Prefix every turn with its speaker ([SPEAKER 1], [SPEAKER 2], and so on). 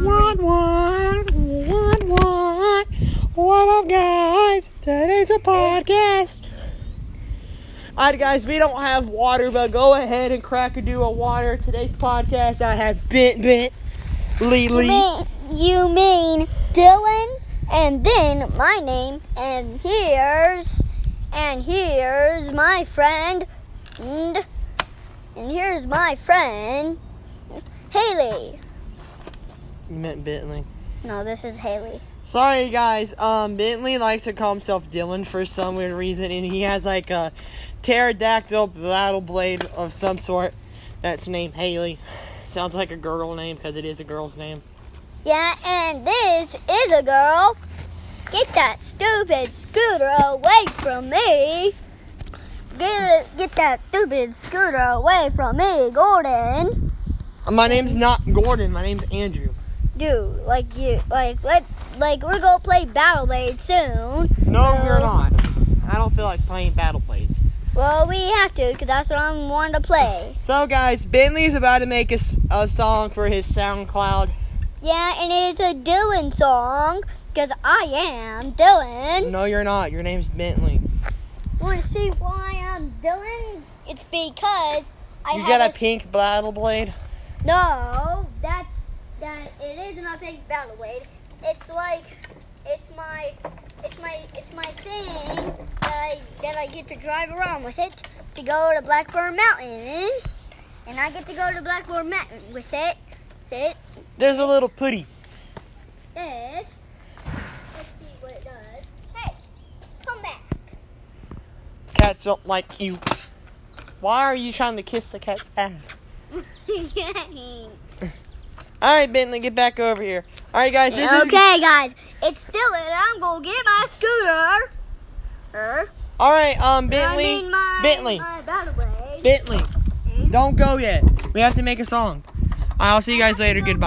[SPEAKER 1] What, what, what, what? What up, guys? Today's a podcast. Alright, guys, we don't have water, but go ahead and crack a do a water. Today's podcast, I have Bent Bent,
[SPEAKER 2] You
[SPEAKER 1] Lily.
[SPEAKER 2] mean, you mean Dylan, and then my name, and here's, and here's my friend, and, and here's my friend, Haley.
[SPEAKER 1] You meant Bentley.
[SPEAKER 2] No, this is Haley.
[SPEAKER 1] Sorry, guys. Um, Bentley likes to call himself Dylan for some weird reason, and he has like a pterodactyl battle blade of some sort that's named Haley. Sounds like a girl name because it is a girl's name.
[SPEAKER 2] Yeah, and this is a girl. Get that stupid scooter away from me. Get it, get that stupid scooter away from me, Gordon.
[SPEAKER 1] My name's not Gordon. My name's Andrew.
[SPEAKER 2] Dude, like you, like let, like we're gonna play Battle Blade soon.
[SPEAKER 1] No, you're not. I don't feel like playing battle blades.
[SPEAKER 2] Well, we have to, cause that's what I'm wanting to play.
[SPEAKER 1] So, guys, Bentley's about to make a, s- a song for his SoundCloud.
[SPEAKER 2] Yeah, and it's a Dylan song, cause I am Dylan.
[SPEAKER 1] No, you're not. Your name's Bentley.
[SPEAKER 2] Want to see why I'm Dylan? It's because I
[SPEAKER 1] you
[SPEAKER 2] have
[SPEAKER 1] got a
[SPEAKER 2] s-
[SPEAKER 1] pink battle blade.
[SPEAKER 2] No, that's that. It isn't a fake battle blade. It's like it's my it's my it's my thing that I that I get to drive around with it to go to Blackbird Mountain, and I get to go to Blackbird Mountain with it. With it.
[SPEAKER 1] There's a little putty.
[SPEAKER 2] This. Let's see what it does. Hey, come back.
[SPEAKER 1] Cats don't like you. Why are you trying to kiss the cat's ass? All right, Bentley, get back over here. All right, guys, this is.
[SPEAKER 2] okay, guys. It's Dylan. I'm gonna get my scooter. Er.
[SPEAKER 1] All right, um,
[SPEAKER 2] I
[SPEAKER 1] Bentley,
[SPEAKER 2] mean my- Hmm?
[SPEAKER 1] Bentley.
[SPEAKER 2] my battle blade.
[SPEAKER 1] Bentley, don't go yet. We have to make a song. All right, I'll see you guys later. Goodbye.